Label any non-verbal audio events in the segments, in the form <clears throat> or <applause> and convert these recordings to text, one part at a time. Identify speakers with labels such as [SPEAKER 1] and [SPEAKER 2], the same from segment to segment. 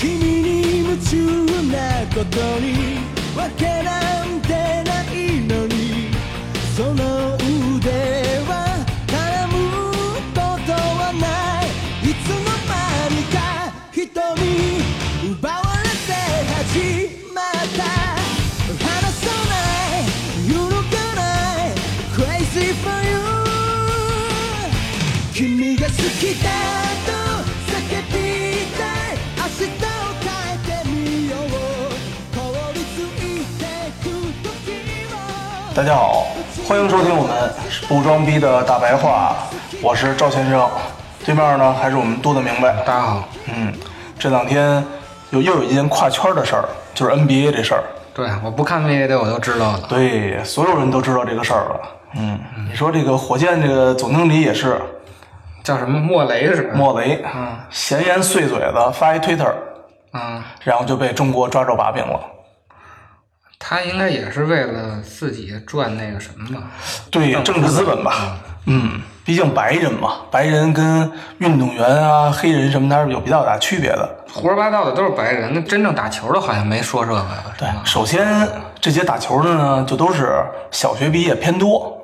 [SPEAKER 1] 君に夢中なことにわけなんてないのにその腕は絡むことはないいつの間にか瞳奪われて始まった離さない揺るがない Crazy for you 君が好きだと叫びたい明日を変えてみよう凍りついてく時を
[SPEAKER 2] 大家好，欢迎收听我们不装逼的大白话，我是赵先生。对面呢还是我们度的明白，大家好。嗯，这两天有又有一件跨圈的事儿，就是 NBA 这事儿。
[SPEAKER 3] 对，我不看 NBA 的我都知道了。
[SPEAKER 2] 对，所有人都知道这个事儿了。嗯，你说这个火箭这个总经理也是
[SPEAKER 3] 叫什么莫雷是吧？
[SPEAKER 2] 莫雷，嗯，闲言碎嘴的发一 Twitter，
[SPEAKER 3] 嗯，
[SPEAKER 2] 然后就被中国抓住把柄了。
[SPEAKER 3] 他应该也是为了自己赚那个什么吧？
[SPEAKER 2] 对，政治资本吧，嗯，毕竟白人嘛，白人跟运动员啊、黑人什么的还是有比较大区别的。
[SPEAKER 3] 胡说八道的都是白人，那真正打球的好像没说这个，是
[SPEAKER 2] 对
[SPEAKER 3] 吧？，
[SPEAKER 2] 首先这些打球的呢，就都是小学毕业偏多。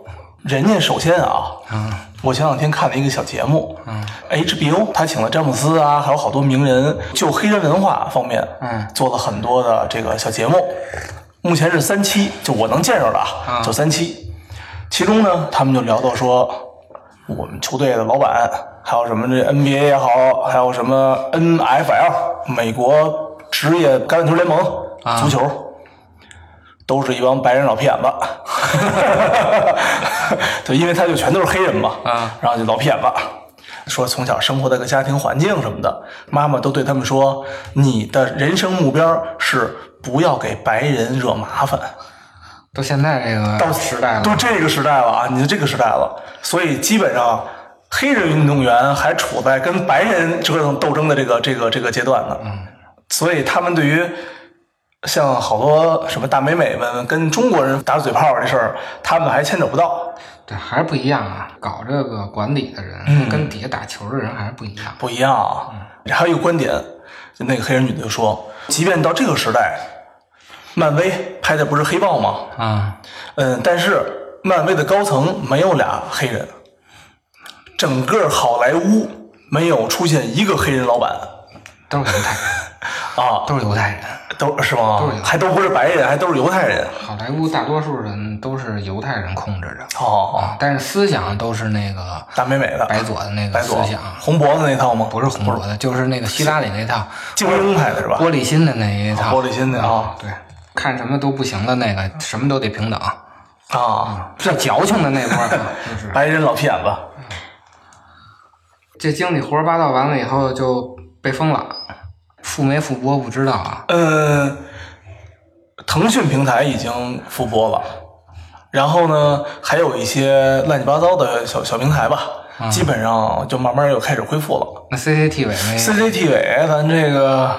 [SPEAKER 2] 人家首先啊，
[SPEAKER 3] 嗯，
[SPEAKER 2] 我前两天看了一个小节目，嗯，HBO 他请了詹姆斯啊，还有好多名人，就黑人文化方面，
[SPEAKER 3] 嗯
[SPEAKER 2] 做了很多的这个小节目。目前是三期，就我能见着的啊，就三期。其中呢，他们就聊到说，我们球队的老板，还有什么这 NBA 也好，还有什么 NFL 美国职业橄榄球联盟、
[SPEAKER 3] 啊
[SPEAKER 2] 足球，都是一帮白人老骗子， <laughs> 对，因为他就全都是黑人嘛，
[SPEAKER 3] 啊，
[SPEAKER 2] 然后就老骗子，说从小生活在个家庭环境什么的，妈妈都对他们说，你的人生目标是不要给白人惹麻烦。
[SPEAKER 3] 都现在这
[SPEAKER 2] 到
[SPEAKER 3] 个时代
[SPEAKER 2] 都
[SPEAKER 3] 了，
[SPEAKER 2] 这个时代了啊，你的这个时代了，所以基本上黑人运动员还处在跟白人这种斗争的这个这个这个阶段呢。
[SPEAKER 3] 嗯
[SPEAKER 2] 所以他们对于像好多什么大美美们跟中国人打嘴炮这事儿，他们还牵扯不到。
[SPEAKER 3] 对，还是不一样啊。搞这个管理的
[SPEAKER 2] 嗯
[SPEAKER 3] 人跟底下打球的人还是不一样。
[SPEAKER 2] 不一样啊。
[SPEAKER 3] 嗯
[SPEAKER 2] 还有一个观点，就那个黑人女的就说，即便到这个时代，漫威拍的不是黑豹吗？
[SPEAKER 3] 啊，
[SPEAKER 2] 嗯，但是漫威的高层没有俩黑人，整个好莱坞没有出现一个黑人老板
[SPEAKER 3] 都是犹太人，
[SPEAKER 2] 啊，
[SPEAKER 3] 都是犹太人。
[SPEAKER 2] 都是吗？
[SPEAKER 3] 都是犹太人
[SPEAKER 2] 还都不是白人，还都是犹太人。
[SPEAKER 3] 好莱坞大多数人都是犹太人控制着，啊
[SPEAKER 2] 哦，
[SPEAKER 3] 但是思想都是那个
[SPEAKER 2] 大美美的
[SPEAKER 3] 白左的那个
[SPEAKER 2] 白
[SPEAKER 3] 思
[SPEAKER 2] 左
[SPEAKER 3] 想，
[SPEAKER 2] 红脖子那套吗？
[SPEAKER 3] 不是红脖子，就是那个希拉里那套
[SPEAKER 2] 精英派的是吧？
[SPEAKER 3] 玻璃心的那一套。
[SPEAKER 2] 玻璃心的嗯啊
[SPEAKER 3] 对，看什么都不行的那个，什么都得平等。
[SPEAKER 2] 啊，
[SPEAKER 3] 最矫情的那块
[SPEAKER 2] <laughs>
[SPEAKER 3] 儿吧，就是
[SPEAKER 2] 白人老骗子。
[SPEAKER 3] 这经理胡说八道完了以后就被封了，复没复播不知道啊。
[SPEAKER 2] 嗯，腾讯平台已经复播了，然后呢，还有一些乱七八糟的小小平台吧，基本上就慢慢又开始恢复了。
[SPEAKER 3] 那 CCTV 没
[SPEAKER 2] CCTV，咱这个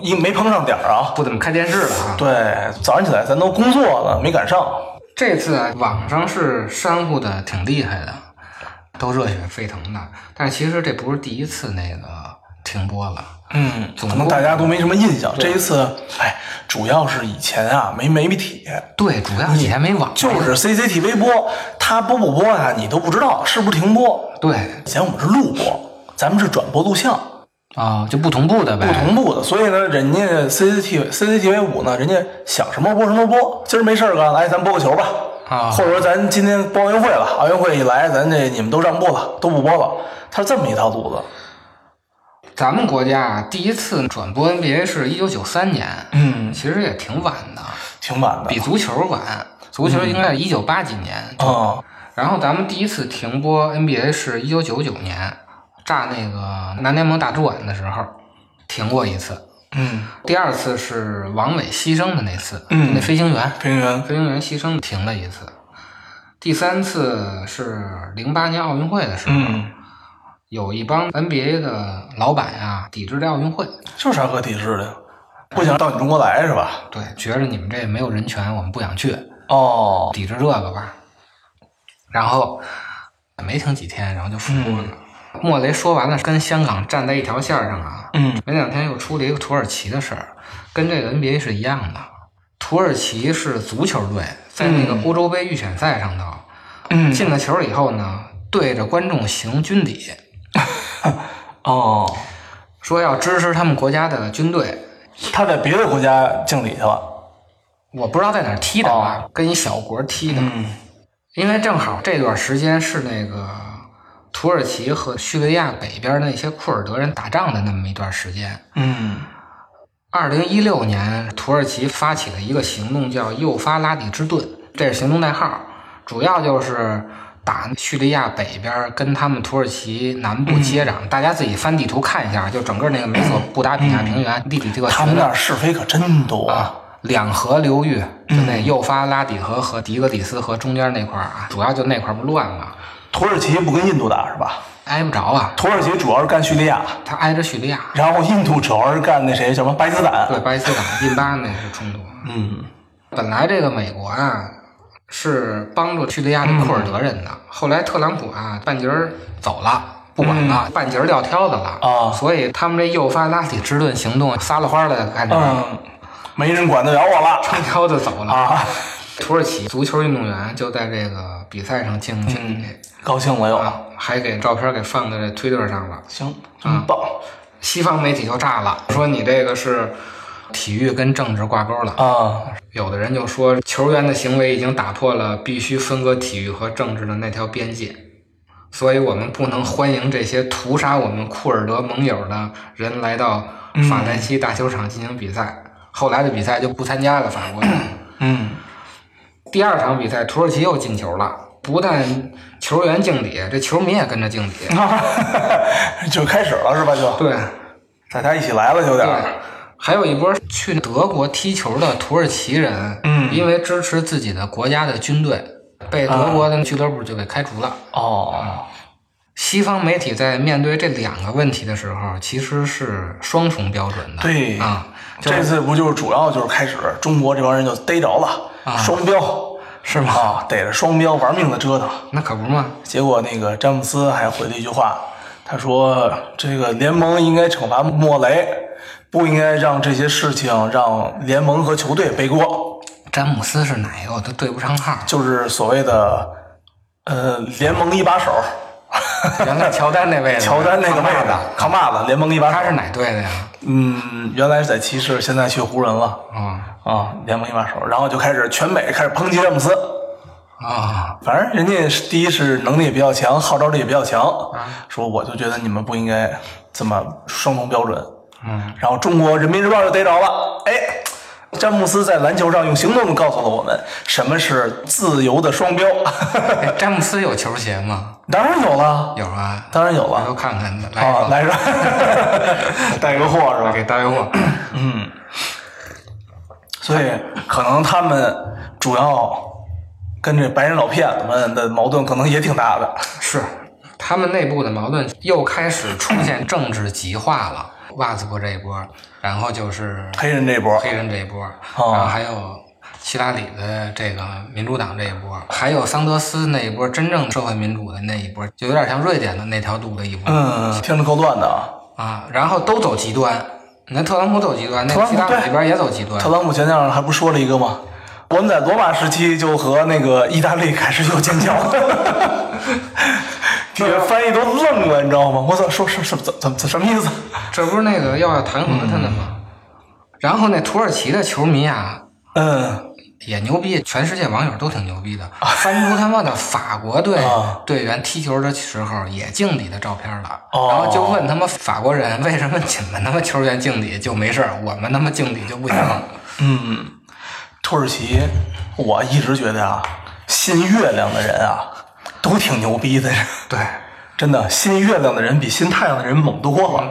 [SPEAKER 2] 一没碰上点儿啊。
[SPEAKER 3] 不怎么看电视了啊。
[SPEAKER 2] 对，早上起来咱都工作了，没赶上。
[SPEAKER 3] 这次啊，网上是煽乎的挺厉害的，都热血沸腾的。但是其实这不是第一次那个停播了，
[SPEAKER 2] 嗯，可
[SPEAKER 3] 总
[SPEAKER 2] 能
[SPEAKER 3] 共
[SPEAKER 2] 大家都没什么印象。这一次，哎，主要是以前啊没媒体，
[SPEAKER 3] 对，主要以前没网，
[SPEAKER 2] 就是 CCTV 播，它播不播呀、你都不知道是不是停播。
[SPEAKER 3] 对
[SPEAKER 2] 以前我们是录播，咱们是转播录像。
[SPEAKER 3] 啊、就不同步的呗。
[SPEAKER 2] 不同步的，所以呢，人家 CCTV CCTV 五呢，人家想什么播什么播，今儿没事儿干了，哎，咱播个球吧，
[SPEAKER 3] 啊
[SPEAKER 2] 或者说咱今天播奥运会了，奥运会一来，咱这你们都让步了，都不播了，他是这么一套路子，
[SPEAKER 3] 咱们国家啊，第一次转播 NBA 是一九九三年，
[SPEAKER 2] 嗯，
[SPEAKER 3] 其实也挺晚的，
[SPEAKER 2] 挺晚的
[SPEAKER 3] 比足球晚。足球应该是一九八几年，
[SPEAKER 2] 啊、
[SPEAKER 3] 然后咱们第一次停播 NBA 是一九九九年，炸那个南联盟大主碗的时候，停过一次，
[SPEAKER 2] 嗯，
[SPEAKER 3] 第二次是王伟牺牲的那次，
[SPEAKER 2] 嗯
[SPEAKER 3] 那飞行员，
[SPEAKER 2] 平原
[SPEAKER 3] 飞行员牺牲停了一次。第三次是零八年奥运会的时候，
[SPEAKER 2] 嗯，
[SPEAKER 3] 有一帮 NBA 的老板啊抵制这奥运会，
[SPEAKER 2] 就是啥可抵制的，不想到你中国来是吧？
[SPEAKER 3] 对，觉着你们这没有人权，我们不想去，
[SPEAKER 2] 哦，
[SPEAKER 3] 抵制这个吧。然后没停几天，然后就复播
[SPEAKER 2] 嗯
[SPEAKER 3] 了。莫雷说完了，跟香港站在一条线儿上啊。
[SPEAKER 2] 嗯
[SPEAKER 3] 没两天又出了一个土耳其的事儿，跟这个 NBA 是一样的。土耳其是足球队，在那个欧洲杯预选赛上头、
[SPEAKER 2] 嗯，
[SPEAKER 3] 进了球以后呢，对着观众行军礼，
[SPEAKER 2] 哦，
[SPEAKER 3] 说要支持他们国家的军队。
[SPEAKER 2] 他在别的国家敬礼去了，
[SPEAKER 3] 我不知道在哪儿踢的啊，跟一小国踢的。
[SPEAKER 2] 哦嗯
[SPEAKER 3] 因为正好这段时间是那个土耳其和叙利亚北边那些库尔德人打仗的那么一段时间。
[SPEAKER 2] 嗯，
[SPEAKER 3] 二零一六年，土耳其发起了一个行动，叫“幼发拉底之盾”，这是行动代号，主要就是打叙利亚北边跟他们土耳其南
[SPEAKER 2] 嗯
[SPEAKER 3] 部接壤。大家自己翻地图看一下，就整个那个美索不达米亚平原地理这
[SPEAKER 2] 嗯
[SPEAKER 3] 个
[SPEAKER 2] 他
[SPEAKER 3] 学
[SPEAKER 2] 们那
[SPEAKER 3] 的
[SPEAKER 2] 儿是非可真多
[SPEAKER 3] 啊，两河流域，就那
[SPEAKER 2] 嗯
[SPEAKER 3] 幼发拉底河和底格里斯河中间那块儿啊，主要就那块儿不乱吗？
[SPEAKER 2] 土耳其不跟印度打是吧？
[SPEAKER 3] 挨不着啊，
[SPEAKER 2] 土耳其主要是干叙利亚，
[SPEAKER 3] 它挨着叙利亚，
[SPEAKER 2] 然后印度主要是干那谁什么巴基斯坦。
[SPEAKER 3] 对巴基斯坦、印巴那是冲突。啊
[SPEAKER 2] 嗯
[SPEAKER 3] 本来这个美国啊是帮助叙利亚的库尔德人
[SPEAKER 2] 嗯
[SPEAKER 3] 的，后来特朗普啊半截儿走了。不管
[SPEAKER 2] 嗯
[SPEAKER 3] 了，半截儿撂挑子了
[SPEAKER 2] 啊
[SPEAKER 3] 所以他们这诱发拉底之盾行动撒了欢儿的感觉， <laughs>
[SPEAKER 2] 嗯，没人管得了我了
[SPEAKER 3] 撂挑子走了。
[SPEAKER 2] 啊！
[SPEAKER 3] 土耳其足球运动员就在这个比赛上敬敬
[SPEAKER 2] 嗯
[SPEAKER 3] 礼、
[SPEAKER 2] 高兴了又，
[SPEAKER 3] 啊，还给照片给放在这 Twitter 上了。
[SPEAKER 2] 行，真棒
[SPEAKER 3] 西方媒体就炸了，说你这个是体育跟政治挂钩了。
[SPEAKER 2] 啊！
[SPEAKER 3] 有的人就说，球员的行为已经打破了必须分割体育和政治的那条边界，所以我们不能欢迎这些屠杀我们库尔德盟友的人来到法兰西大球场进行比赛。后来的比赛就不参加了，法国人。
[SPEAKER 2] 嗯，
[SPEAKER 3] <clears throat>
[SPEAKER 2] <laughs>
[SPEAKER 3] 第二场比赛，土耳其又进球了，不但球员敬礼，这球迷也跟着敬礼。
[SPEAKER 2] 就开始了是吧？就
[SPEAKER 3] 对
[SPEAKER 2] 大家一起来了，有点
[SPEAKER 3] 对
[SPEAKER 2] 儿。，
[SPEAKER 3] 还有一波去德国踢球的土耳其人，
[SPEAKER 2] 嗯
[SPEAKER 3] 因为支持自己的国家的军队，被德国的俱乐部就给开除了。
[SPEAKER 2] 哦，
[SPEAKER 3] 西方媒体在面对这两个问题的时候，其实是双重标准的。
[SPEAKER 2] 对
[SPEAKER 3] 啊，
[SPEAKER 2] 这次不就是主要就是开始中国这帮人就逮着了，双标嗯是吗？啊逮着双标玩命的折腾。
[SPEAKER 3] 那可不嘛，
[SPEAKER 2] 结果那个詹姆斯还回了一句话，他说：“这个联盟应该惩罚莫雷，不应该让这些事情让联盟和球队背锅，。
[SPEAKER 3] 詹姆斯是哪一个我都对不上号
[SPEAKER 2] <laughs> 就是所谓的呃联盟一把手，
[SPEAKER 3] 原来乔丹那位置，
[SPEAKER 2] 乔丹那个位
[SPEAKER 3] 胖胖
[SPEAKER 2] 置
[SPEAKER 3] 的，
[SPEAKER 2] 扛把子，联盟一把
[SPEAKER 3] 他是
[SPEAKER 2] 手。
[SPEAKER 3] 哪队的呀？
[SPEAKER 2] 嗯，原来是在骑士，现在去湖人了
[SPEAKER 3] 啊
[SPEAKER 2] 啊，联盟一把手，然后就开始全美开始抨击詹姆斯。”
[SPEAKER 3] 啊，
[SPEAKER 2] 反正人家是第一是能力也比较强，号召力也比较强，
[SPEAKER 3] 啊
[SPEAKER 2] 说我就觉得你们不应该这么双重标准。嗯，然后中国人民日报就逮着了，哎，詹姆斯在篮球上用行动告诉了我们什么是自由的双标。 <laughs>
[SPEAKER 3] 哎詹姆斯有球鞋吗？
[SPEAKER 2] 当然有了，
[SPEAKER 3] 有啊，
[SPEAKER 2] 当然有
[SPEAKER 3] 回头
[SPEAKER 2] 了。
[SPEAKER 3] 看看，来一
[SPEAKER 2] 啊，
[SPEAKER 3] 个
[SPEAKER 2] 来
[SPEAKER 3] <laughs>
[SPEAKER 2] 说带个货 <laughs> 是吧？
[SPEAKER 3] 给大家伙。
[SPEAKER 2] 所以可能他们主要跟这白人老骗子们的矛盾可能也挺大的。
[SPEAKER 3] <clears throat> 是，他们内部的矛盾又开始出现政治极化了。袜子部这一波，然后就是
[SPEAKER 2] 黑人这波，
[SPEAKER 3] 黑人这一波，
[SPEAKER 2] 哦
[SPEAKER 3] 然后还有希拉里的这个民主党这一波，还有桑德斯那一波真正社会民主的那一波，就有点像瑞典的那条路的一波、
[SPEAKER 2] 嗯，听着够乱的啊。
[SPEAKER 3] 啊。然后都走极端，那特朗普走极端，那
[SPEAKER 2] 特朗
[SPEAKER 3] 希
[SPEAKER 2] 普
[SPEAKER 3] 拉里
[SPEAKER 2] 对
[SPEAKER 3] 这边也走极端
[SPEAKER 2] 特。朗普前两天还不说了一个吗？我们在罗马时期就和那个意大利开始有建交， <laughs> 底下翻译都愣了，你知道吗？我操，说是什么怎怎怎什么意思？
[SPEAKER 3] 这不是那个要弹劾他的吗？然后那土耳其的球迷啊，
[SPEAKER 2] 嗯，
[SPEAKER 3] 也牛逼，全世界网友都挺牛
[SPEAKER 2] <laughs>
[SPEAKER 3] 逼的，翻出他妈的法国队
[SPEAKER 2] 啊
[SPEAKER 3] 队员踢球的时候也敬礼的照片了，
[SPEAKER 2] 哦
[SPEAKER 3] 然后就问他妈法国人为什么你们他妈球员敬礼就没事儿，我们他妈敬礼就不行？
[SPEAKER 2] 嗯土耳其，我一直觉得啊，信月亮的人啊，都挺牛逼的，
[SPEAKER 3] 对，
[SPEAKER 2] 真的，信月亮的人比信太阳的人猛多了。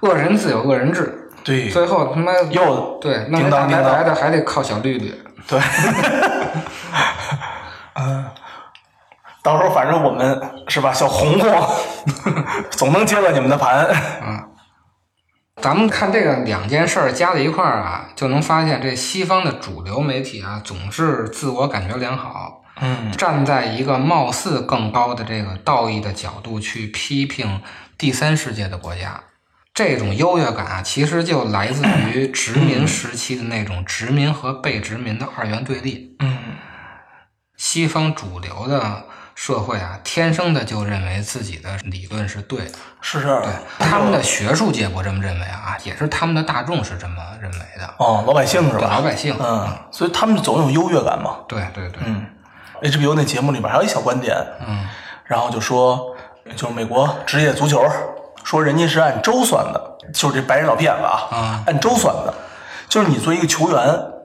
[SPEAKER 3] 恶人自有恶人治，
[SPEAKER 2] 对，
[SPEAKER 3] 最后他妈
[SPEAKER 2] 嗯又
[SPEAKER 3] 对，弄
[SPEAKER 2] 叮
[SPEAKER 3] 那大
[SPEAKER 2] 当
[SPEAKER 3] 白
[SPEAKER 2] 叮当
[SPEAKER 3] 白的还得靠小绿绿。
[SPEAKER 2] 对， <laughs> 嗯，到时候反正我们是吧，小红红总能接到你们的盘。
[SPEAKER 3] 咱们看这个两件事儿加在一块儿啊，就能发现这西方的主流媒体啊，总是自我感觉良好，
[SPEAKER 2] 嗯，
[SPEAKER 3] 站在一个貌似更高的这个道义的角度去批评第三世界的国家。这种优越感啊，其实就来自于
[SPEAKER 2] <coughs>
[SPEAKER 3] 殖民时期的那种殖民和被殖民的二元对立。
[SPEAKER 2] 嗯，
[SPEAKER 3] 西方主流的社会啊，天生的就认为自己的理论是对的。
[SPEAKER 2] 是这样
[SPEAKER 3] 对
[SPEAKER 2] 的。，
[SPEAKER 3] 他们的学术界不这么认为啊，也是他们的大众是这么认为的。
[SPEAKER 2] 哦，老百姓是
[SPEAKER 3] 对
[SPEAKER 2] 吧？
[SPEAKER 3] 老百姓
[SPEAKER 2] 嗯，所以他们总有优越感嘛。
[SPEAKER 3] 对对对，
[SPEAKER 2] 嗯，HBO 那节目里边还有一小观点，
[SPEAKER 3] 嗯，
[SPEAKER 2] 然后就说，就是美国职业足球，说人家是按周算的，就是这白人老骗子啊，
[SPEAKER 3] 啊
[SPEAKER 2] 按周算的，就是你作为一个球员，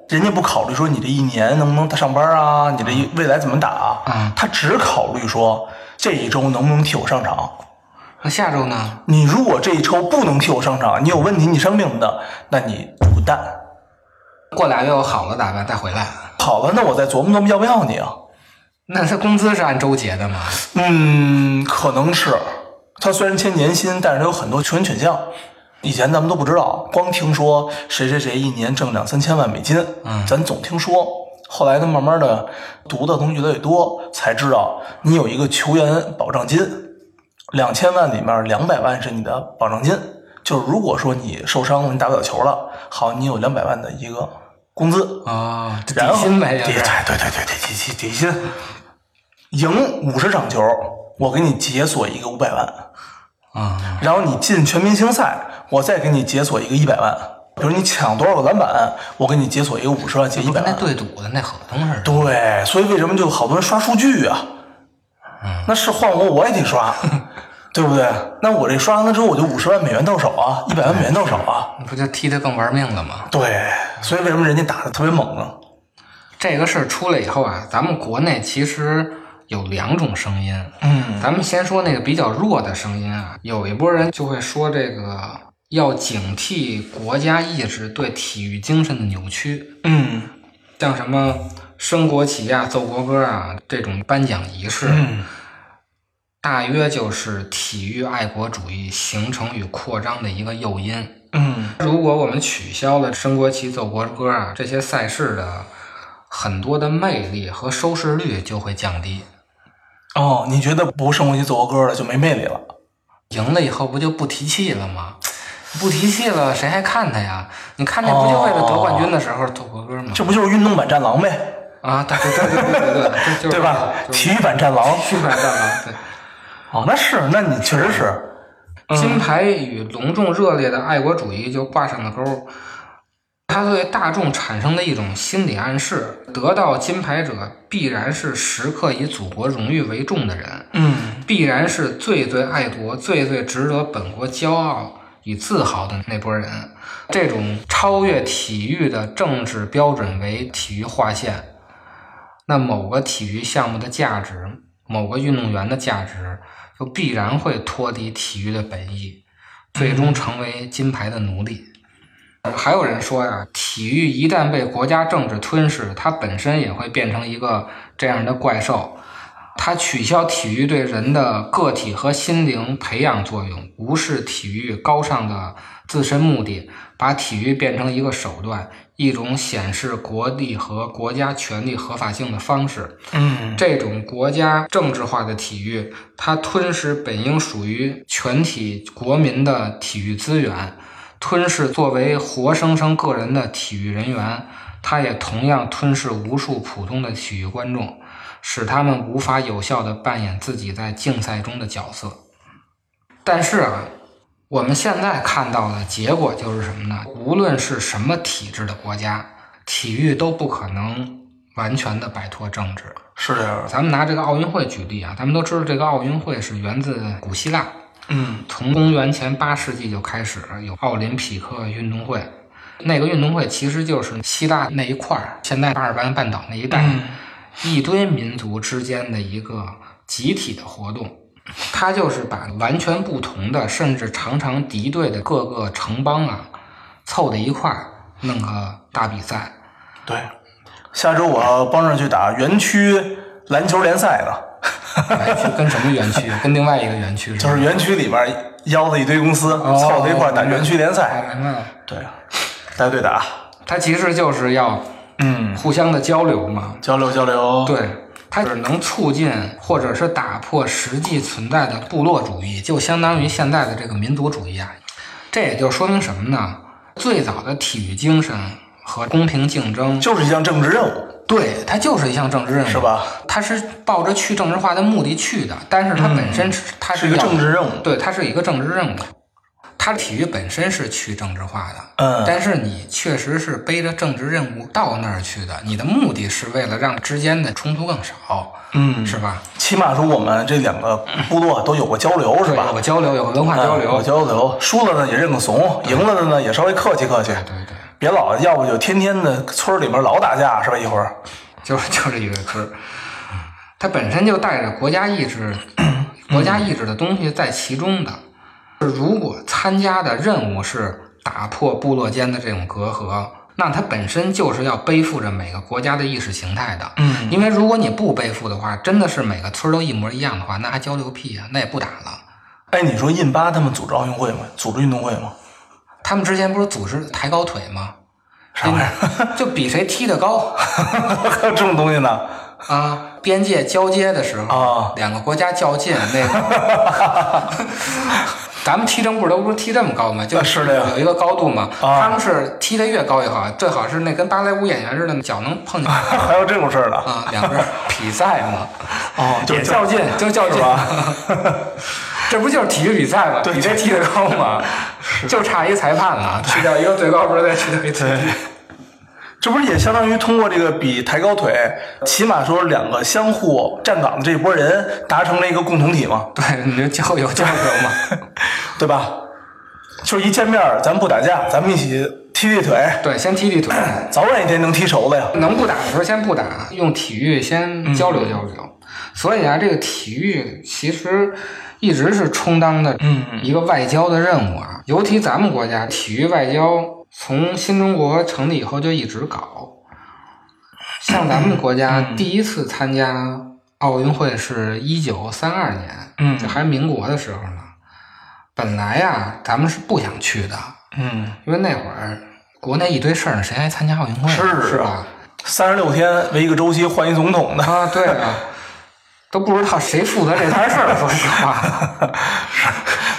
[SPEAKER 2] 人家不考虑说你这一年能不能上班啊，你这一未来怎么打啊
[SPEAKER 3] 嗯
[SPEAKER 2] 他只考虑说这一周能不能替我上场。
[SPEAKER 3] 那下周呢？
[SPEAKER 2] 你如果这一周不能替我上场，你有问题，你生病什么的，那你滚蛋。
[SPEAKER 3] 过俩月我好了咋办？再回来？
[SPEAKER 2] 好了，那我再琢磨琢磨要不要你啊。
[SPEAKER 3] 那他工资是按周结的吗？
[SPEAKER 2] 嗯，可能是。他虽然签年薪，但是他有很多求人选项。以前咱们都不知道，光听说谁谁谁一年挣两三千万美金，
[SPEAKER 3] 嗯
[SPEAKER 2] 咱总听说。后来呢，慢慢的读的东西越来越多，才知道你有一个球员保障金，两千万里面两百万是你的保障金，就是如果说你受伤了，你打不了球了，好，你有两百万的一个工资，
[SPEAKER 3] 哦，这
[SPEAKER 2] 然
[SPEAKER 3] 底
[SPEAKER 2] 后
[SPEAKER 3] 薪呗，就
[SPEAKER 2] 对对
[SPEAKER 3] 是。
[SPEAKER 2] 对对对，底薪底薪，赢五十场球，我给你解锁一个五百万，
[SPEAKER 3] 啊，
[SPEAKER 2] 然后你进全明星赛，我再给你解锁一个一百万。比如你抢多少个篮板，我给你解锁一个五十万，解
[SPEAKER 3] 这不
[SPEAKER 2] 一百
[SPEAKER 3] 跟那
[SPEAKER 2] 万。
[SPEAKER 3] 对赌的那合同似的。
[SPEAKER 2] 对，所以为什么就好多人刷数据啊？那是换我我也得
[SPEAKER 3] <laughs>
[SPEAKER 2] 刷，对不对？那我这刷完了之后，我就五十万美元到手啊，一百万美元到手啊。
[SPEAKER 3] 那不就踢得更玩命了吗？
[SPEAKER 2] 对，所以为什么人家打的特别猛啊呢？
[SPEAKER 3] 这个事儿出来以后啊，咱们国内其实有两种声音，
[SPEAKER 2] 嗯
[SPEAKER 3] 咱们先说那个比较弱的声音啊，有一波人就会说这个要警惕国家意志对体育精神的扭曲，
[SPEAKER 2] 嗯
[SPEAKER 3] 像什么升国旗啊、奏国歌啊这种颁奖仪式，
[SPEAKER 2] 嗯
[SPEAKER 3] 大约就是体育爱国主义形成与扩张的一个诱因。
[SPEAKER 2] 嗯
[SPEAKER 3] 如果我们取消了升国旗、奏国歌啊这些赛事的很多的魅力和收视率就会降低，
[SPEAKER 2] 哦，你觉得不升国旗奏国歌了就没魅力了？
[SPEAKER 3] 赢了以后不就不提气了吗？不提气了，谁还看他呀？你看那不就为了得冠军的时候奏国歌吗？
[SPEAKER 2] 这不就是运动版战狼呗，
[SPEAKER 3] 啊，对对对对对对对，这就是
[SPEAKER 2] 对吧？体育版战狼，
[SPEAKER 3] 去买蛋了。对，
[SPEAKER 2] 哦，那是，那你确实是，
[SPEAKER 3] 金牌与隆重热烈的爱国主义就挂上了钩儿。它对大众产生的一种心理暗示：得到金牌者必然是时刻以祖国荣誉为重的人，
[SPEAKER 2] 嗯
[SPEAKER 3] 必然是最最爱国、最最值得本国骄傲与自豪的那波人。这种超越体育的政治标准为体育划线，那某个体育项目的价值，某个运动员的价值，就必然会脱离体育的本意，最终成为金牌的奴隶。还有人说呀、体育一旦被国家政治吞噬，它本身也会变成一个这样的怪兽。它取消体育对人的个体和心灵培养作用，无视体育高尚的自身目的，把体育变成一个手段，一种显示国力和国家权力合法性的方式。
[SPEAKER 2] 嗯
[SPEAKER 3] 这种国家政治化的体育，它吞噬本应属于全体国民的体育资源，吞噬作为活生生个人的体育人员，它也同样吞噬无数普通的体育观众，使他们无法有效地扮演自己在竞赛中的角色。但是啊，我们现在看到的结果就是什么呢？无论是什么体制的国家，体育都不可能完全的摆脱政治。
[SPEAKER 2] 是这样的，
[SPEAKER 3] 咱们拿这个奥运会举例啊，咱们都知道这个奥运会是源自古希腊，
[SPEAKER 2] 嗯
[SPEAKER 3] 从公元前八世纪就开始有奥林匹克运动会。那个运动会其实就是希腊那一块儿，现在阿尔班半
[SPEAKER 2] 嗯
[SPEAKER 3] 岛那一带，一堆民族之间的一个集体的活动。他就是把完全不同的，甚至常常敌对的各个城邦啊，凑在一块儿弄个大比赛。
[SPEAKER 2] 对，下周我要帮着去打园区篮球联赛呢，
[SPEAKER 3] 园区跟什么园区？跟另外一个园区
[SPEAKER 2] 就是园区里边邀了一堆公司
[SPEAKER 3] 哦
[SPEAKER 2] 凑到一块儿打园区联赛。
[SPEAKER 3] 明白了。
[SPEAKER 2] 对，带队打，啊
[SPEAKER 3] 他其实就是要
[SPEAKER 2] 嗯，
[SPEAKER 3] 互相的交流嘛。
[SPEAKER 2] 交流交流。，
[SPEAKER 3] 对，它只能促进或者是打破实际存在的部落主义，就相当于现在的这个民族主义啊。这也就说明什么呢？最早的体育精神和公平竞争，
[SPEAKER 2] 就是一项政治任务，
[SPEAKER 3] 对它就是一项政治任务，
[SPEAKER 2] 是？吧？
[SPEAKER 3] 它是抱着去政治化的目的去的，但是它本身是、它
[SPEAKER 2] 嗯是一个
[SPEAKER 3] 要
[SPEAKER 2] 政治任务
[SPEAKER 3] 对，它是一个政治任务。它体育本身是去政治化的，
[SPEAKER 2] 嗯
[SPEAKER 3] 但是你确实是背着政治任务到那儿去的，你的目的是为了让之间的冲突更少，
[SPEAKER 2] 嗯
[SPEAKER 3] 是吧？
[SPEAKER 2] 起码说我们这两个部落都有过交流，是
[SPEAKER 3] 对，有
[SPEAKER 2] 吧
[SPEAKER 3] 个？交流，有个文化交
[SPEAKER 2] 嗯有
[SPEAKER 3] 流，
[SPEAKER 2] 过交流，输了呢也认个怂，赢了的呢也稍微客气客气，
[SPEAKER 3] 对对，
[SPEAKER 2] 别老要不就天天的村儿里边老打架，是吧？一会儿，
[SPEAKER 3] 就是 <laughs> 就是一个村儿，它本身就带着国家意志，国家意志的东西在其中的。如果参加的任务是打破部落间的这种隔阂，那它本身就是要背负着每个国家的意识形态的。嗯，因为如果你不背负的话，真的是每个村儿都一模一样的话，那还交流屁呀、那也不打了。
[SPEAKER 2] 哎，你说印巴他们组织奥运会吗？组织运动会吗？ <laughs>
[SPEAKER 3] 他们之前不是组织抬高腿吗？
[SPEAKER 2] 啥玩意
[SPEAKER 3] 就比谁踢得高。
[SPEAKER 2] 儿？还有这种东西呢？
[SPEAKER 3] 啊，边界交接的时候，
[SPEAKER 2] 啊
[SPEAKER 3] 两个国家较劲，那
[SPEAKER 2] <laughs>
[SPEAKER 3] 个，咱们踢正步都不是踢这么高嘛，就
[SPEAKER 2] 啊是的呀
[SPEAKER 3] 有一个高度嘛。
[SPEAKER 2] 啊
[SPEAKER 3] 他们是踢得越高越好，最好是那跟芭蕾舞演员似的，脚能
[SPEAKER 2] <laughs>
[SPEAKER 3] 碰见啊，
[SPEAKER 2] 还有这种事儿呢？
[SPEAKER 3] 两边比赛嘛，
[SPEAKER 2] 哦， <laughs> 就
[SPEAKER 3] 嗯也
[SPEAKER 2] 是
[SPEAKER 3] 较劲，就较劲
[SPEAKER 2] 是
[SPEAKER 3] <laughs>
[SPEAKER 2] 吧。 <laughs>
[SPEAKER 3] 这不就是体育比赛吗？
[SPEAKER 2] 对
[SPEAKER 3] 比谁踢得高吗？就差一裁判了，去掉一个最高分，再去掉一最低。
[SPEAKER 2] 这不是也相当于通过这个比抬高腿，起码说两个相互站岗的这波人达成了一个共同体嘛，
[SPEAKER 3] 对，你就交友交流嘛。
[SPEAKER 2] 对吧？就是一见面儿，咱不打架，咱们一起踢踢腿，
[SPEAKER 3] 对，先踢踢腿。
[SPEAKER 2] 早晚一天能踢熟的呀。
[SPEAKER 3] 能不打的时候先不打，用体育先交流交流。
[SPEAKER 2] 嗯
[SPEAKER 3] 所以啊，这个体育其实一直是充当的
[SPEAKER 2] 嗯
[SPEAKER 3] 一个外交的任务啊。尤其咱们国家体育外交，从新中国成立以后就一直搞。像咱们国
[SPEAKER 2] 嗯
[SPEAKER 3] 家第一次参加奥运会是一九三二年，
[SPEAKER 2] 嗯
[SPEAKER 3] 这还是民国的时候呢。本来呀、咱们是不想去的，
[SPEAKER 2] 嗯，
[SPEAKER 3] 因为那会儿国内一堆事儿，谁还参加奥运会啊？
[SPEAKER 2] 是
[SPEAKER 3] 是吧？
[SPEAKER 2] 啊三十六天为一个周期换一总统
[SPEAKER 3] <laughs>
[SPEAKER 2] 的，
[SPEAKER 3] 啊，对啊，都不知道谁负责这摊事儿，说实话。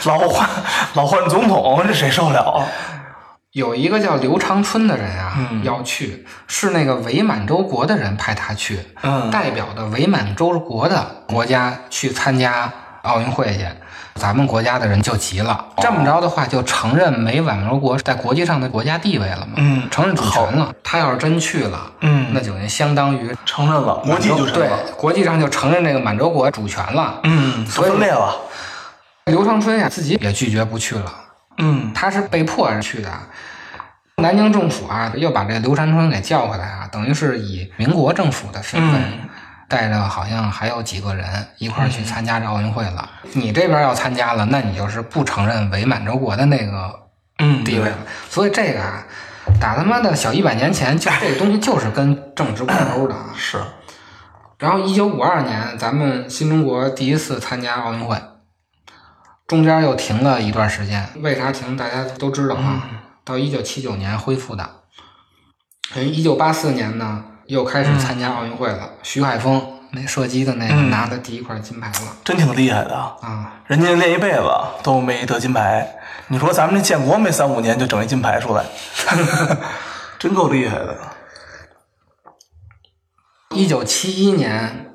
[SPEAKER 2] 老换老换总统，这谁受得了啊？
[SPEAKER 3] <laughs> 有一个叫刘长春的人啊，要去，是那个伪满洲国的人派他去，
[SPEAKER 2] 嗯
[SPEAKER 3] 代表的伪满洲国的国家去参加奥运会去。咱们国家的人就急了，这么着的话就承认美满洲国在国际上的国家地位了嘛，
[SPEAKER 2] 嗯
[SPEAKER 3] 承认主权了。他要是真去了，
[SPEAKER 2] 嗯
[SPEAKER 3] 那就相当于
[SPEAKER 2] 承认了，国际就承
[SPEAKER 3] 对
[SPEAKER 2] 认了，
[SPEAKER 3] 国际上就承认这个满洲国主权了。
[SPEAKER 2] 嗯，就
[SPEAKER 3] 所以
[SPEAKER 2] 分裂了，
[SPEAKER 3] 刘长春呀、自己也拒绝不去了，
[SPEAKER 2] 嗯
[SPEAKER 3] 他是被迫而去的。南京政府啊，又把这刘长春给叫回来啊，等于是以民国政府的身份，
[SPEAKER 2] 嗯
[SPEAKER 3] 带着好像还有几个人一块儿去参加这奥运会了。你这边要参加了，那你就是不承认伪满洲国的那个
[SPEAKER 2] 嗯，
[SPEAKER 3] 地位了。所以这个啊，打他妈的小一百年前，就这个东西就是跟政治挂钩的啊。
[SPEAKER 2] 是，
[SPEAKER 3] 然后，一九五二年，咱们新中国第一次参加奥运会，中间又停了一段时间。为啥停？大家都知道啊。
[SPEAKER 2] 嗯
[SPEAKER 3] 到一九七九年恢复的，人一九八四年呢，又开始参加奥运会了。徐海峰那射击的那个
[SPEAKER 2] 嗯
[SPEAKER 3] 拿的第一块金牌了、
[SPEAKER 2] 真挺厉害的啊。
[SPEAKER 3] 啊！
[SPEAKER 2] 人家练一辈子都没得金牌，你说咱们这建国没三五年就整一金牌出来， <laughs> 真够厉害的。
[SPEAKER 3] 一九七一年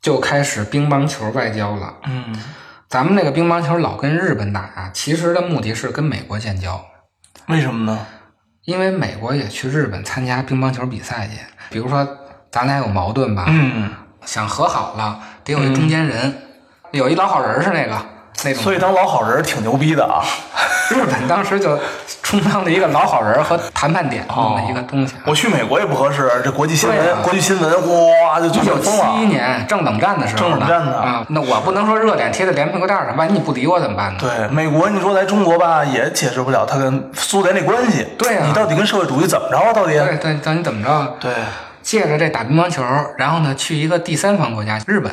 [SPEAKER 3] 就开始乒乓球外交了。
[SPEAKER 2] 嗯，
[SPEAKER 3] 咱们那个乒乓球老跟日本打啊，其实的目的是跟美国建交。
[SPEAKER 2] 为什么呢？
[SPEAKER 3] 因为美国也去日本参加乒乓球比赛去，比如说咱俩有矛盾吧，
[SPEAKER 2] 嗯，
[SPEAKER 3] 想和好了，得有一中间人，有一老好人是那个那种，
[SPEAKER 2] 所以当老好人挺牛逼的啊。
[SPEAKER 3] 日本当时就充当了一个老好人和谈判点这么一个东西啊。
[SPEAKER 2] 哦我去美国也不合适，这国际新
[SPEAKER 3] 对
[SPEAKER 2] 闻，
[SPEAKER 3] 啊
[SPEAKER 2] 国际新闻，哇，就就
[SPEAKER 3] 一九
[SPEAKER 2] 就
[SPEAKER 3] 七
[SPEAKER 2] 疯
[SPEAKER 3] 一
[SPEAKER 2] 了。
[SPEAKER 3] 年正冷战的时候呢，
[SPEAKER 2] 正冷战呢
[SPEAKER 3] 啊，那我不能说热脸贴在脸屁股蛋儿上，万一你不理我怎么办呢？
[SPEAKER 2] 对美国，你说来中国吧，也解释不了他跟苏联那关系。
[SPEAKER 3] 对啊
[SPEAKER 2] 你到底跟社会主义怎么着啊？到底？
[SPEAKER 3] 对对，等你怎么着？
[SPEAKER 2] 对，
[SPEAKER 3] 借着这打乒乓球，然后呢，去一个第三方国家日本，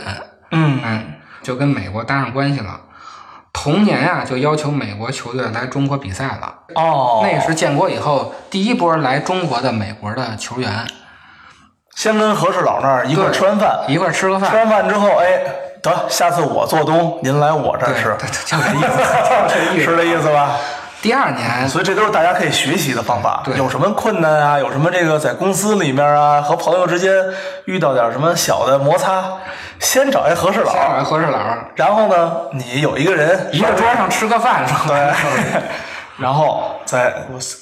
[SPEAKER 2] 嗯，
[SPEAKER 3] 嗯，就跟美国搭上关系了。同年啊，就要求美国球队来中国比赛了。
[SPEAKER 2] 哦，
[SPEAKER 3] 那也是建国以后第一波来中国的美国的球员，
[SPEAKER 2] 先跟和事佬那儿一块儿
[SPEAKER 3] 对
[SPEAKER 2] 吃完饭，
[SPEAKER 3] 一块儿吃个
[SPEAKER 2] 吃
[SPEAKER 3] 饭。
[SPEAKER 2] 完饭之后，哎，得下次我做东，您来我这儿
[SPEAKER 3] 对，
[SPEAKER 2] 吃
[SPEAKER 3] 对，对就这意思，就这意
[SPEAKER 2] <laughs> 是
[SPEAKER 3] 思。
[SPEAKER 2] 这意思吧？
[SPEAKER 3] 第二年，
[SPEAKER 2] 所以这都是大家可以学习的方法。
[SPEAKER 3] 对
[SPEAKER 2] 有什么困难啊？有什么这个在公司里面啊，和朋友之间遇到点什么小的摩擦，先找一和事佬，
[SPEAKER 3] 下边和事佬
[SPEAKER 2] 然后呢，你有一个人
[SPEAKER 3] 一个桌上吃个饭，说
[SPEAKER 2] <laughs> 对，然后再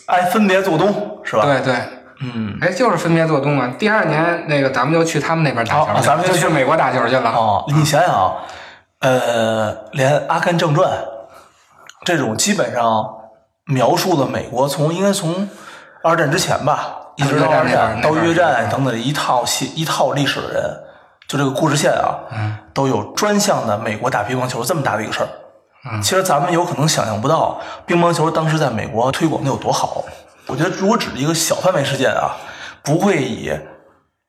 [SPEAKER 2] 按分别做东 <laughs> 是吧？，
[SPEAKER 3] 对对，嗯，哎，就是分别做东啊。第二年那个咱们就去他们那边打球
[SPEAKER 2] 哦
[SPEAKER 3] 去，
[SPEAKER 2] 咱们就
[SPEAKER 3] 就
[SPEAKER 2] 去
[SPEAKER 3] 去美国打球去了。
[SPEAKER 2] 哦，你想想啊，呃，连《阿甘正传》这种基本上描述了美国从应该从二战之前吧，一直到
[SPEAKER 3] 到
[SPEAKER 2] 二
[SPEAKER 3] 越战
[SPEAKER 2] 战
[SPEAKER 3] 那边
[SPEAKER 2] 到越
[SPEAKER 3] 那
[SPEAKER 2] 战
[SPEAKER 3] 边
[SPEAKER 2] 等等一套系一套历史的人，就这个故事线啊，都有专项的美国打乒乓球这么大的一个事儿。其实咱们有可能想象不到乒乓球当时在美国推广的有多好。我觉得如果只是一个小范围事件啊，不会以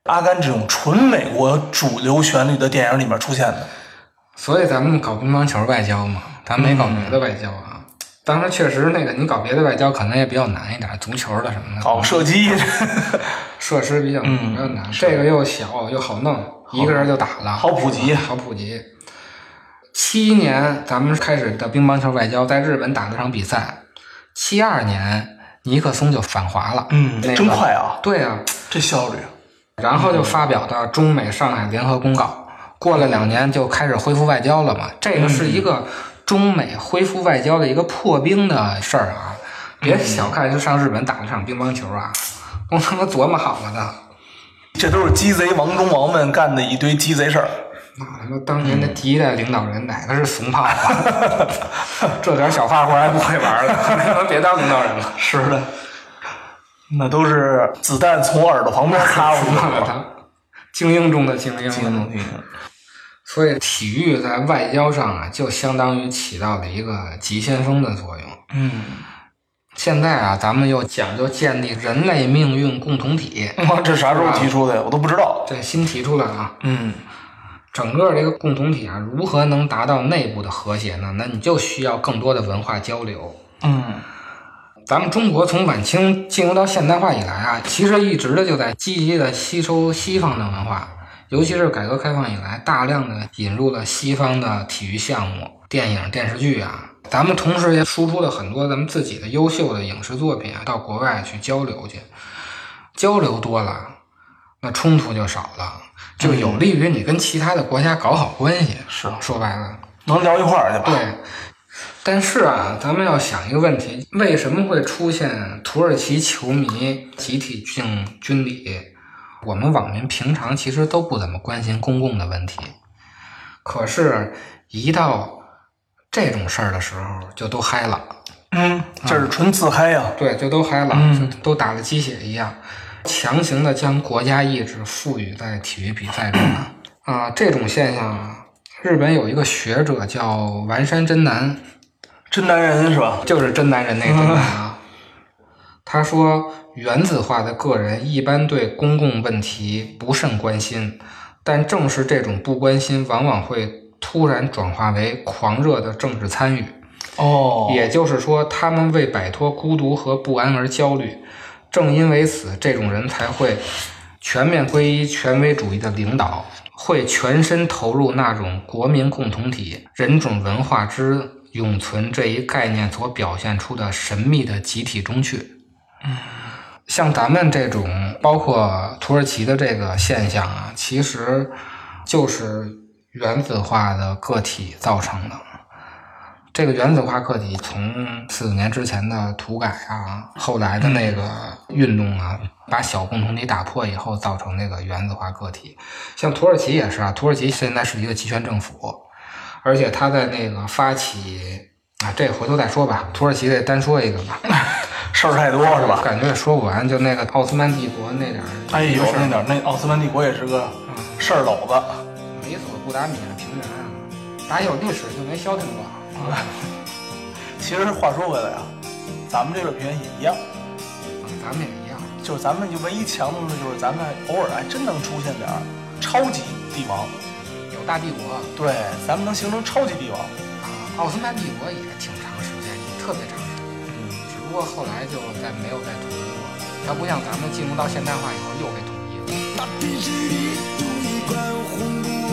[SPEAKER 2] 阿甘这种纯美国主流旋律的电影里面出现的。
[SPEAKER 3] 所以咱们搞乒乓球外交嘛，咱没搞别的外交啊。当时确实那个你搞别的外交可能也比较难一点，足球的什么的，
[SPEAKER 2] 搞射击，
[SPEAKER 3] 设施比较
[SPEAKER 2] 嗯
[SPEAKER 3] 比较难。这个又小又好弄，一个人就打了，
[SPEAKER 2] 好普及
[SPEAKER 3] 好普及。七一年咱们开始的乒乓球外交，在日本打了场比赛。七二年尼克松就反华了，
[SPEAKER 2] 嗯， <laughs>
[SPEAKER 3] 那个
[SPEAKER 2] 真快啊，
[SPEAKER 3] 对啊，
[SPEAKER 2] 这效率。
[SPEAKER 3] 然后就发表的中美上海联合公告。过了两年就开始恢复外交了嘛，这个是
[SPEAKER 2] 嗯
[SPEAKER 3] 一个中美恢复外交的一个破冰的事儿啊，别
[SPEAKER 2] 嗯
[SPEAKER 3] 小看就上日本打了场乒乓球啊，都他妈琢磨好啊了的。
[SPEAKER 2] 这都是鸡贼王中王们干的一堆鸡贼事儿，
[SPEAKER 3] 那他妈啊当年的第一代领导人哪个是怂炮啊？ <laughs> 这点小花活还不会玩了， <laughs> 他妈别当领导人了。 <laughs>
[SPEAKER 2] 是的，那都是子弹从耳朵旁边擦过去 <laughs>
[SPEAKER 3] 忘 <laughs> 了
[SPEAKER 2] 了。
[SPEAKER 3] 他，精英中的精英。
[SPEAKER 2] 这个东西
[SPEAKER 3] 所以体育在外交上啊，就相当于起到了一个急先锋的作用。
[SPEAKER 2] 嗯，
[SPEAKER 3] 现在啊，咱们又讲究建立人类命运共同体，
[SPEAKER 2] 哇，嗯这啥时候提出的呀？我都不知道。
[SPEAKER 3] 这新提出来啊，
[SPEAKER 2] 嗯，
[SPEAKER 3] 整个这个共同体啊，如何能达到内部的和谐呢？那你就需要更多的文化交流。
[SPEAKER 2] 嗯，
[SPEAKER 3] 咱们中国从晚清进入到现代化以来啊，其实一直的就在积极的吸收西方的文化，尤其是改革开放以来，大量的引入了西方的体育项目、电影、电视剧啊。咱们同时也输出了很多咱们自己的优秀的影视作品啊，到国外去交流去，交流多了，那冲突就少了，就有利于你跟其他的国家搞好关系。
[SPEAKER 2] 是
[SPEAKER 3] 说白了，
[SPEAKER 2] 能聊一块儿去吧？
[SPEAKER 3] 对，但是啊，咱们要想一个问题：为什么会出现土耳其球迷集体性军礼？我们网民平常其实都不怎么关心公共的问题，可是，一到这种事儿的时候，就都嗨了。
[SPEAKER 2] 嗯，这是纯自嗨啊呀、
[SPEAKER 3] 对，就都嗨了，
[SPEAKER 2] 嗯
[SPEAKER 3] 就都打了鸡血一样，强行的将国家意志赋予在体育比赛中了。啊，这种现象啊，日本有一个学者叫丸山真男，
[SPEAKER 2] 真男人是吧？
[SPEAKER 3] 就是真男人那个真男人啊。他说，原子化的个人一般对公共问题不甚关心，但正是这种不关心，往往会突然转化为狂热的政治参与。
[SPEAKER 2] 哦
[SPEAKER 3] 也就是说，他们为摆脱孤独和不安而焦虑，正因为此，这种人才会全面皈依权威主义的领导，会全身投入那种国民共同体、人种文化之永存这一概念所表现出的神秘的集体中去。像咱们这种，包括土耳其的这个现象啊，其实就是原子化的个体造成的。这个原子化个体从四九年之前的土改啊，后来的那个运动啊，把小共同体打破以后，造成那个原子化个体。像土耳其也是啊，土耳其现在是一个集权政府，而且他在那个发起啊，这回头再说吧。土耳其得单说一个吧，
[SPEAKER 2] 事儿太多是吧？
[SPEAKER 3] 感觉也说不完。就那个奥斯曼帝国那点儿，
[SPEAKER 2] 哎呦，
[SPEAKER 3] 事
[SPEAKER 2] 那
[SPEAKER 3] 儿
[SPEAKER 2] 点儿那奥斯曼帝国也是个事儿篓子。
[SPEAKER 3] 美索不达米亚平原啊，打小历史就没消停过。啊
[SPEAKER 2] 其实话说回来啊，咱们这个平原也一样，
[SPEAKER 3] 咱们也一样，
[SPEAKER 2] 就是咱们就唯一强的就是咱们偶尔还真能出现点儿超级帝王，
[SPEAKER 3] 有大帝国
[SPEAKER 2] 对，咱们能形成超级帝王。
[SPEAKER 3] 啊，奥斯曼帝国也挺长时间，也特别长时间，
[SPEAKER 2] 嗯，
[SPEAKER 3] 只不过后来就再没有再统一过。它不像咱们进入到现代化以后又给统一了。
[SPEAKER 1] tapi jeritu ikan hundu